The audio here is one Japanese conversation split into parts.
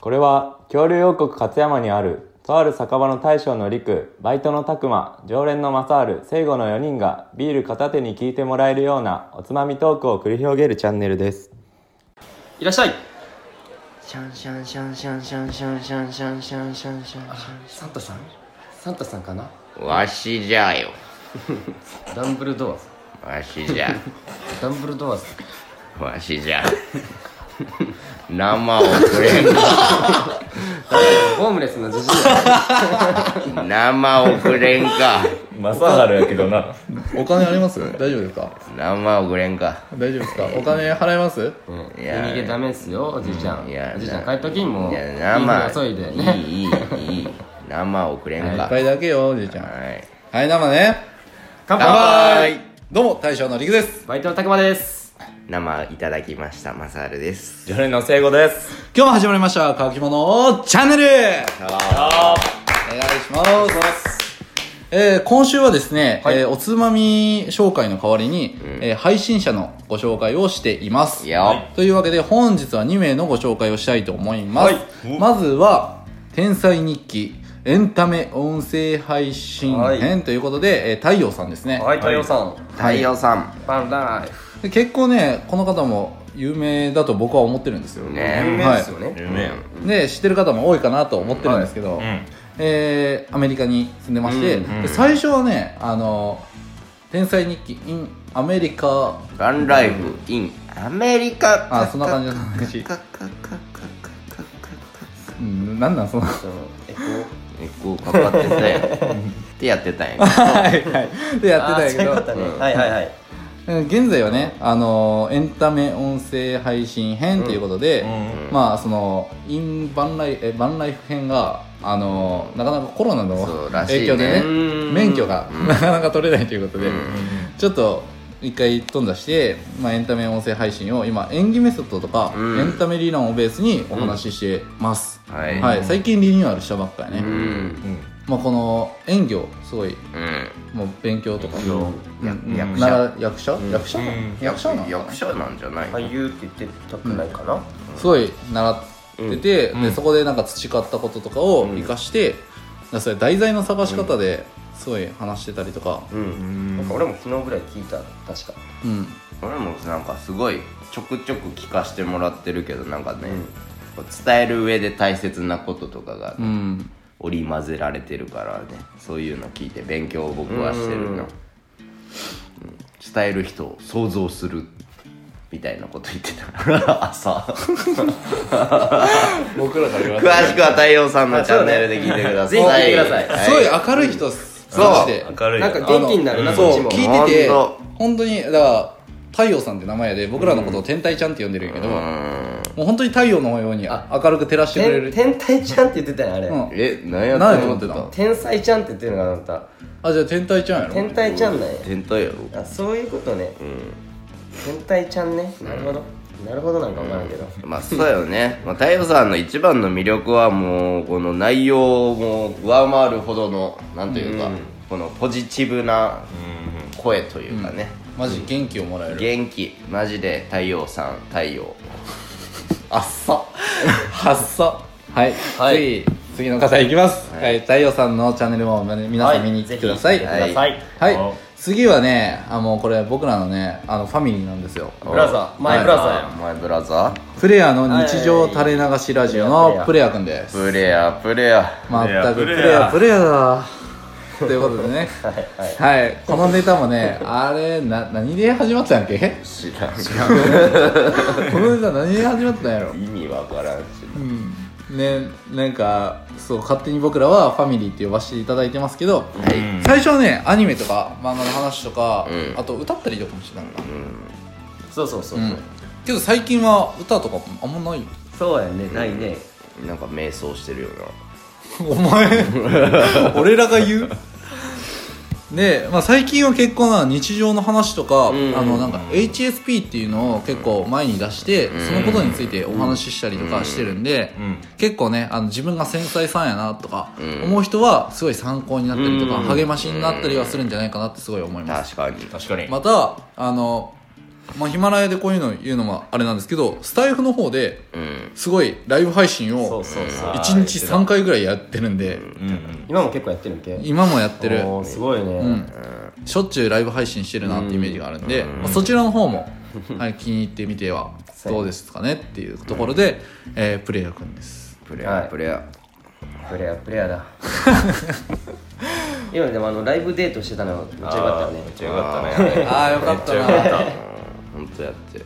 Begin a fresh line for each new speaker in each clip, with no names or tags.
これは恐竜王国勝山にあるとある酒場の大将の陸バイトの拓磨常連の正治聖護の4人がビール片手に聞いてもらえるようなおつまみトークを繰り広げるチャンネルです
いらっしゃい
シャンシャンシャンシャンシャンシャンシャンシャンシャンシャンシャンシャン
サンタさんサンタさんかな
わしじゃよ。
ダンブルドア
わしじゃ。
ダンブルドア
わしじゃ。生をくれ
ホームレスのじじい
んか。生をくれんか。
正治やけど な
お金あります大丈夫ですか
生をくれんか。
大丈夫ですかお金払います
い
逃げ
や、
ダメっすよおじいちゃん
いや
おじいちゃん帰っときんもう
いや
ビール
生。
注いでね
いい、いい、いい。生をくれん
一
か。
杯だけよおじいちゃん
はい。
はい生ね
乾
乾
杯
杯どうも大将の陸です
バイトのたくまです
生いただきました、マサールです。
常連の聖護です
今日も始まりました乾き物チャンネルお願いしますえー、今週はですね、えーおつまみ紹介の代わりに、えー配信者のご紹介をしています
いいよ
というわけで本日は2名のご紹介をしたいと思います、まずは「天才日記エンタメ音声配信編」ということで、えー太陽さんですね、
はい太陽さん
太陽さん。
バンライフ
で結構ねこの方も有名だと僕は思ってるんですよ
有
ね
名ですよね
ね
で知ってる方も多いかなと思ってるんですけど、えーアメリカに住んでまして、で最初はねあの「天才日記 in アメリカ
ガンライフ in アメリカ。
あそんな感じの話
カカカカカカカ
うんなんなんそのは
そのえっ
えこうかかってたやんってやってたやんや
いはい でやってたんやけど
ねはいはいはい
うん現在はね、あのエンタメ音声配信編ということで、まあそのインバンライえバンライフ編があのなかなかコロナ
そ
の
うらしいね
影響でね
うん
免許がなかなか取れないということで、ちょっと一回頓挫して、まあ、エンタメ音声配信を今演技メソッドとか、
うん
エンタメ理論をベースにお話ししてます、
はい
はい、最近リニューアルしたばっかやね、
うんうん
まあ、この演技をすごいもう勉強とか、
うんや役
な
者
ら役者、役者なの役者なの
役者なんじゃない
俳優って言ってたくないかな
すごい習ってて、でそこでなんか培ったこととかを生かして、だからそれ題材の探し方ですごい話してたりとか、
うんなんか俺も昨日ぐらい聞いた確か
うん
俺もなんかすごいちょくちょく聞かしてもらってるけどなんかねこう伝える上で大切なこととかが
うん
織り交ぜられてるからねそういうの聞いて勉強を僕はしてるのうん伝える人を想像するみたいなこと言ってた朝
僕らから言わ
詳しくは太陽さんのチャンネルで聞いてください
ぜひ聞いてください
は
すごい明るい人っす、
そう
マジで
明るい
なんか元気になるなこっ
そ
ち
う
も
聞いてて
ほんと
本当にだから太陽さんって名前で僕らのことを天体ちゃんって呼んでるんやけど、もう本当に太陽のようにあ明るく照らしてくれ
天
る
天才ちゃんって言ってたよあれ
うん
え、何や
何やと思ってたの
天才ちゃんって言ってるのかなあんた
あじゃあ天体ちゃんやろ
天才ちゃんなんや
天体やろ
あそういうことね、天体ちゃんねなるほど、なるほどなんか分からんけど、
まあそうだよね、まあ、太陽さんの一番の魅力はもうこの内容も上回るほどのなんというか、このポジティブな声というかね、
マジ元気をもらえる
元気マジで太陽さん太陽あっさ
はっさはい、
はい
次次の方いきます、はい太陽さんのチャンネルもね皆さん見に来てください
ぜひ
はい、
見てください
はい次はねあもうこれ僕らのねあのファミリーなんですよ
ブラザーマイブラザーや
マイブラザ
プレアの日常垂れ流しラジオのプレアくんです
ープレアプレア
まったくプレアプレアだということでねはい、このネタもねあれな何で始まったんやっけ
知らん
このネタ何で始まったんやろ
意味わからんし
ねなんかそう勝手に僕らはファミリーって呼ばせていただいてますけど、最初はねアニメとか漫画の話とか、あと歌ったりとかもしてたんだ、
そうそうそう、
うんけど最近は歌とかもあんまないよ
そうやねないね、
なんか迷走してるよな
お前俺らが言うで、まあ、最近は結構な日常の話とか,、あのなんか HSP っていうのを結構前に出して、そのことについてお話ししたりとかしてるんで、結構ねあの自分が繊細さんやなとか思う人はすごい参考になったりとか、励ましになったりはするんじゃないかなってすごい思います、
確かに確かに
またあのまあヒマラヤでこういうの言うのもあれなんですけどスタイフの方で
うん
すごいライブ配信
そう
を
そうそう
1日3回ぐらいやってるんで
今も結構やってるんけ
今もやってる
おーすごいね、
うんしょっちゅうライブ配信してるなってイメージがあるんで、まあそちらの方も、はい、気に入ってみてはどうですかねっていうところで、えープレイヤーくんです
プレア、
はい
プレア
プレイヤープレイヤ ーだ今でもあのライブデートしてたのめっちゃよかったよね
めっちゃよかったね
ああよかったな
ほんとやって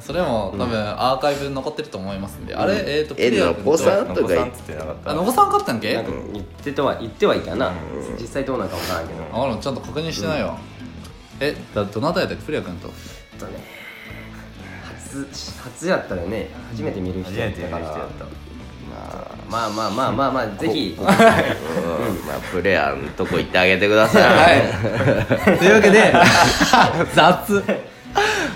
それも多分アーカイブに残ってると思いますんで、あれえっ、とプ
え
レイヤ
の
ーくん
子さん
と
お
と
子さ
か
んっつってなかった
あのお子さん勝ったんけ
なんか言ってとは言ってはいたな、実際どうなんかわからんけど
あ俺もちゃんと確認してないわ、えだどなたやったっけプレイヤーくんと
ちょっとね初初やったよね初めて見る人
初
や
め
ってた
や
か
る人や
ら
った
まあまあまあまあまあぜひ
うんまあプレアのとこ行ってあげてくだ さい
というわけで雑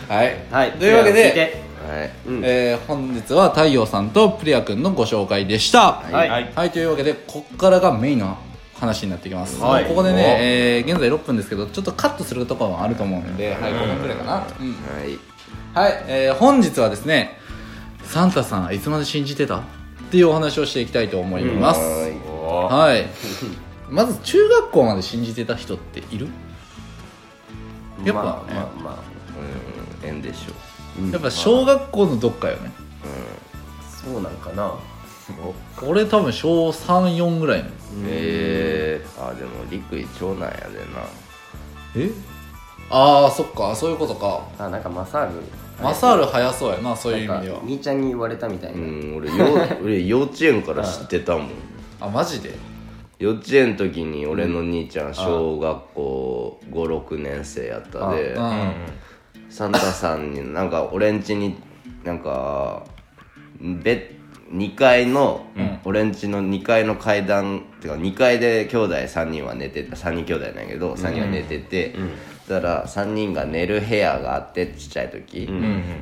はい、
はい
というわけ
聞い
で、
て
はい
えー本日は太陽さんとプレイヤーくんのご紹介でしたはい
はい
はい
はい、というわけで、こっからがメインの話になってきます。
はい
ここでね、えー現在6分ですけど、ちょっとカットするところもあると思うんで、はい、5分くらいかな。うん
はい
はい、えー本日はですね、サンタさん、いつまで信じてたっていうお話をしていきたいと思います。
はい
おー
はい。まず、中学校まで信じてた人っているやっぱ
まあまあま
うん縁でしょ
やっぱ小学校のどっかよね。
あそうなんかな
俺多分小3、4ぐらいの。
うえー、あでも陸井長男やでな
えああ、そっか、そういうことか。
あなんかマサール
マサール早そうやな、そういう意
なん
味
か
では。
兄ちゃんに言われたみたいうな、
ん俺よ 俺幼稚園から知ってたもん
あ、マジで
幼稚園の時に俺の兄ちゃん小学校56年生やったで
うん
サンタさんになんか俺ん家になんかベ2階の、俺ん家の2階の階段てか2階で兄弟3人は寝てた3人兄弟なんやけど3人は寝てて、そしたら3人が寝る部屋があってちっちゃい時、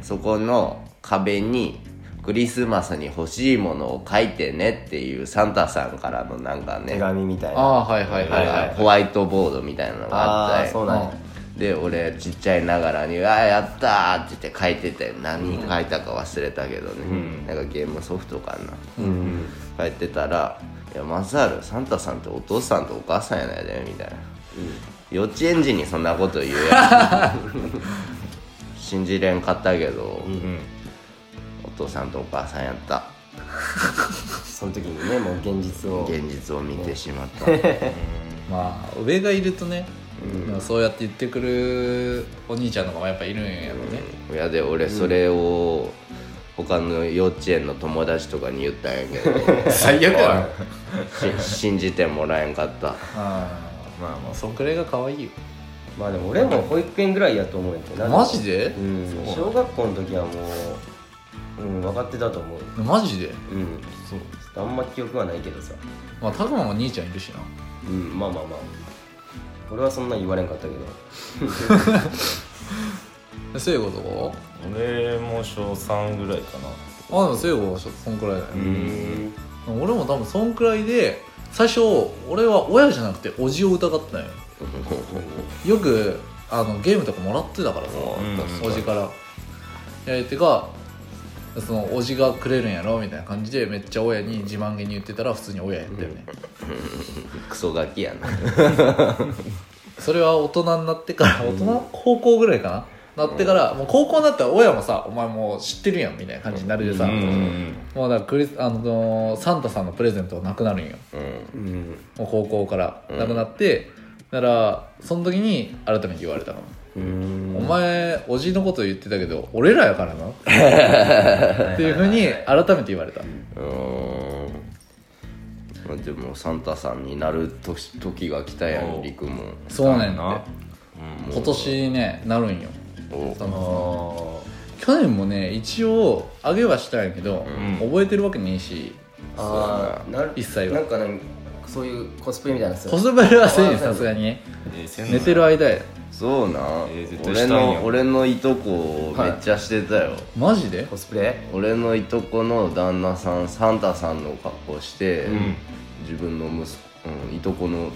そこの壁にクリスマスに欲しいものを書いてねっていうサンタさんからのなんかね
手紙みたい
あ
な
あはいはいはいはい
ホワイトボードみたいなのがあ
あ
っ
あ
たり
そうなんや
で俺ちっちゃいながらに「あーやった!」って言って書いてて何書いたか忘れたけどね、なんかゲームソフトかな、書いてたら「いやマサールサンタさんってお父さんとお母さんやないで」みたいな、幼稚園児にそんなこと言うや つ信じれんかったけど、お父さんとお母さんやった
その時にねもう現実を
現実を見てしまった
まあ上がいるとね、まあそうやって言ってくるお兄ちゃんとかもやっぱいるんやろね、
いやで俺それを他の幼稚園の友達とかに言ったんやけど
最悪や な
し信じてもらえんかった
あ
まあま
あそんくらいが可愛いよ
まあでも俺も保育園ぐらいやと思うんやけどな
マジで
う、ん小学校の時はもう、うん、分かってたと思う
マジで
うん
そう
あんま記憶はないけどさ
まあ拓磨も兄ちゃんいるしな
うんまあまあまあ俺はそんな言われんかったけど
で聖子と
あ俺も小3ぐらいかな
かはあでも聖子はそんくらいだよ、
うん
俺も多分そんくらいで最初俺は親じゃなくておじを疑ってたんよよくあのゲームとかもらってたからさ、
ん
おじからえー、てかそのおじがくれるんやろみたいな感じでめっちゃ親に自慢げに言ってたら普通に親やったよね、
クソガキやな
それは大人になってから大人高校ぐらいかななってからもう高校になったら親もさお前もう知ってるやんみたいな感じになるでさ、もうだからクリスあのサンタさんのプレゼントがなくなるんよ
うん
もう高校からなくなって、だからその時に改めて言われたか
うん
も、お前おじのこと言ってたけど俺らやからなっていうふうに改めて言われた、
うーんまあでもサンタさんになる時時が来たやん陸も
そうねん
な
って今年ねなるんよ
お
その去年もね一応あげはしたんやけど、
ん
覚えてるわけねえし
ああなる
一切は
なんかねそういうコスプレみたいなのする
コスプレはせえにさすがにね
えーせん
寝てる間や
そうなん、
えー絶対
俺
したんや
の俺のいとこめっちゃしてたよ、
マジで
コスプレ
俺のいとこの旦那さんサンタさんの格好して、自分の息子、うん、いとこの、うん、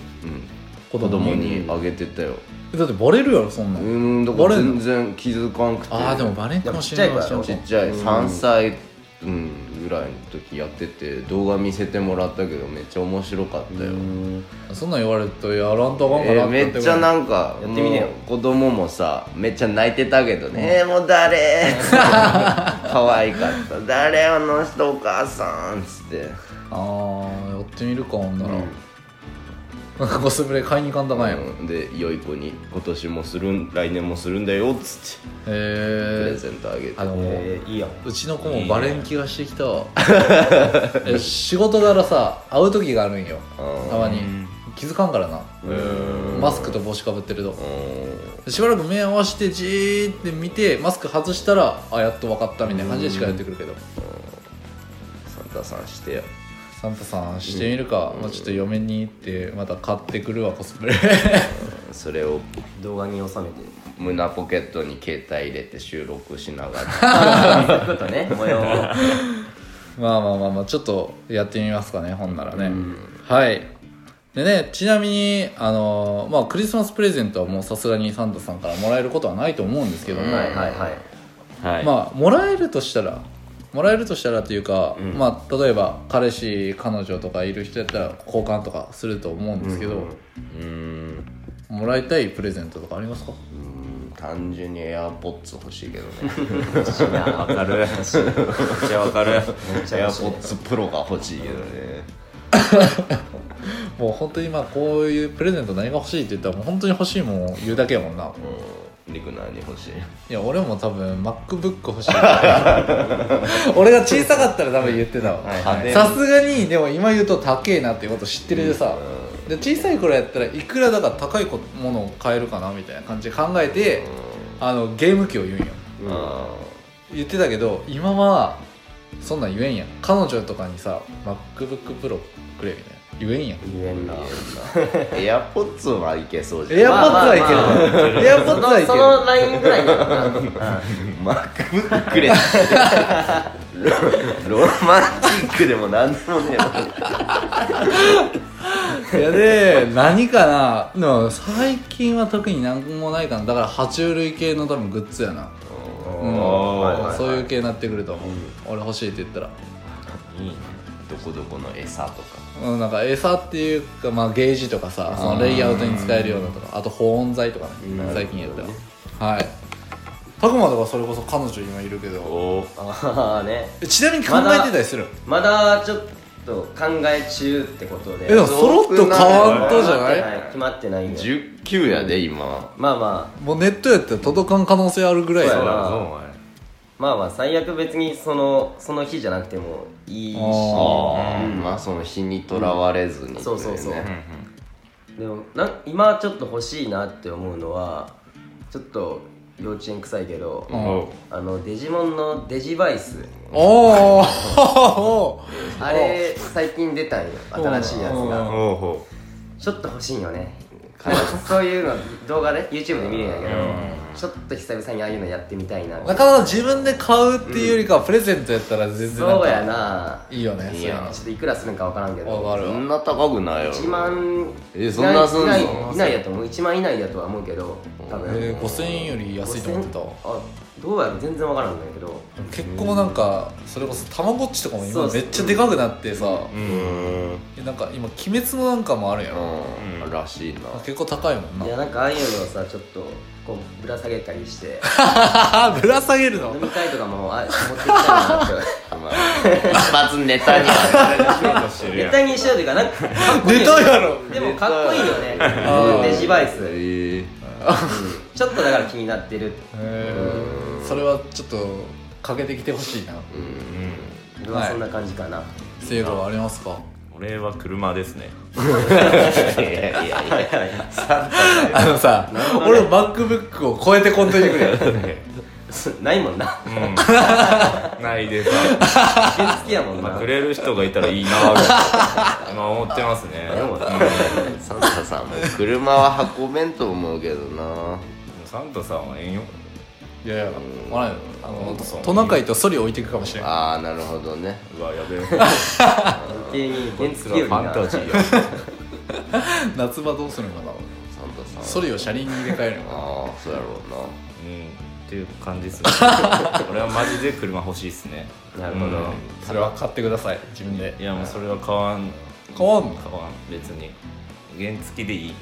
子
子
供
供
に
にあげてたよ
だってバレるやろそんな、
うんんだか
バ
ら
レんの
全然気づかんくて
ああでもバレんかもしれない
でもちっちゃい
そ
ち
うそ
っ
う
ちゃい3歳、うん、ぐらいの時やってて動画見せてもらったけどめっちゃ面白かったよ、
そんなん言われるとやらんとあかんか
え
な
ーめっちゃ
ん
なんか
やってみてよ
もう子供もさめっちゃ泣いてたけどね「えーもう誰?」 可愛かった「誰あの人お母さん」っつって
ああやってみるかほんなら、コスプレ買いに行かんとあかんやん、へ
うんで良い子に「今年もするん来年もするんだよ」っつってプレ
え
ゼントあげて
あの、
えー、いいよ
うちの子もバレン気がしてきたわえ仕事柄さ会う時があるんよたまに気づかんからなマスクと帽子かぶってるとしばらく目合わせてじーって見てマスク外したらあやっと分かったみたいな感じで近寄ってくるけど
サンタさんしてよ
サンタさんしてみるか、まあ、ちょっと嫁に行ってまた買ってくるわコスプレ
それを
動画に収めて
胸ポケットに携帯入れて収録しながら
そういうこと ね模様を
まあまあまあまあちょっとやってみますかねほんならね、はいでねちなみにあのまあクリスマスプレゼントはもうさすがにサンタさんからもらえることはないと思うんですけども、
はいはいはい
はい、
まあもらえるとしたらもらえるとしたらというか、まあ例えば彼氏彼女とかいる人やったら交換とかすると思うんですけど、もらいたいプレゼントとかありますか
単純にエアポッツ欲しいけどね
いやわかるめっちゃわかる
エアポッツプロが欲しいけどね
もう本当にまあこういうプレゼント何が欲しいって言ったらもう本当に欲しいもんを言うだけやもんな、い
リクナーに欲しい
や俺も多分 MacBook 欲しい俺が小さかったら多分言ってたわ
派手
さすがにでも今言うと高えなっていうこと知ってるでさ、で小さい頃やったらいくらだから高いこものを買えるかなみたいな感じで考えて、あのゲーム機を言うんよ
あ
言ってたけど今はそんなん言えんやん彼女とかにさ MacBookPro くれみたいな言えんやん
言えんな
ーエアポッツはいけそうじ
エ
ゃ
アポ
ん
ッツはいけるエアポッツはい
その
け
ラインぐらいだよな
マックブックでロロマンチックでもなんでもね
るいやで何かなでも最近は特に何もないかなだから爬虫類系の多分グッズやなうんそういう系になってくると思う、俺欲しいって言ったら
いいねどこどこの餌とか
うん、なんか餌っていうか、まあ、ゲージとかさそのレイアウトに使えるようなとかあと保温材とかね最近やったらはいたくまとかそれこそ彼女今いるけど
お
ああね
えちなみに考えてたりする、
まだちょっと考え中ってことで
えでもそろっと変わったじゃない
決まってない決まってないよ
19やで今
まあまあ
もうネットやったら届かん可能性あるぐらい
そうや
さ
なまあまあ最悪別にそのその日じゃなくてもいいし
あー
まあその日にとらわれずに、
そうそうそう
だよね
でもなん今ちょっと欲しいなって思うのはちょっと幼稚園臭いけど、あのデジモンのデジバイス
おー
あれ最近出たんよ新しいやつが
ほうほ
ちょっと欲しいんよね そういうの動画で YouTube で見るんやけどちょっと久々にああいうのやってみたいな
なかなか自分で買うっていうよりかはプレゼントやったら全然なん
そうや
か
ない
いよね
い
そ
いう
いう
や
ちょっといくらするんか分からんけ
の
ど
わかる
そ
わ
んな高くないよ
1万
えそんなすんの
以内以内だと思う1万以内だとは思うけど多分
えー、5000円より安いと思ってたわ
5000あどうやら全然分からんんだけど
結構なんかそれこそたまごっちとかも
そうそ
今
う
めっちゃでかくなってさ、
うん
えなんか今「鬼滅」のなんかもあるやろ、
うんらしいな
結構高いもんない
やなんかああいうのをさちょっとこうぶら下げたりして
あ ぶら下げるの
飲み会とかもあ持ってきたいなって
まあ 一発ネタには
ネタにしようというかなんかかっこいい
出たやろ
でもかっこいいよね
ー
デジバイスうん
え
ちょっとだから気になってる
へえそれはちょっとかけてきてほしいな
俺はそんな感じかな
聖子はありますか
う俺は車ですね
ー、いやいやいや
あのさ俺のバックブックを超えてこんといてくれ
ないもん な
ないでさ
原付やもんな
まあくれる人がいたらいいなぁぐらいまあ思ってますね
でも
サンタさんも車は運べんと思うけどな
サンタさんはええんよ
いやいやもらえよあの
そう
トナカイとソリ置いていくかもしれん
ああなるほどね
うわやべえ
余計に原
そ
付よ
れ
り
はファン
な
タジーや
夏場どうするのかなそれを車輪に入れ替える
あ
の
あそうやろうな
うんっていう感じですね 俺はマジで車欲しいですね
なるほど
それは買ってください自分で
いやもうそれは買わん
買わんの
買わん別に原付きでいい、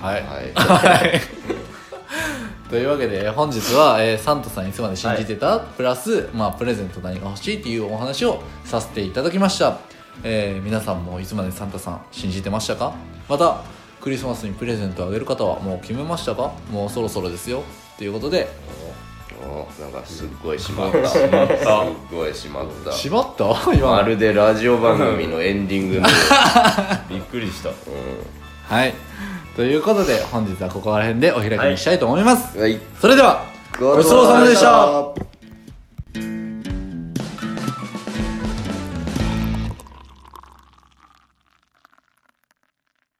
はい
はい
というわけで本日は、えーサンタさんいつまで信じてた、プラス、まあ、プレゼント何が欲しいっていうお話をさせていただきました、えー皆さんもいつまでサンタさん信じてましたかまたクリスマスにプレゼントをあげる方はもう決めましたかもうそろそろですよということで
おなんかすっごいしまったすっごいしまった
しま った今
まるでラジオ番組のエンディングのよ
びっくりした
はいということで本日はここら辺でお開きにしたいと思います、
うはい
それではごちそうさまでした
た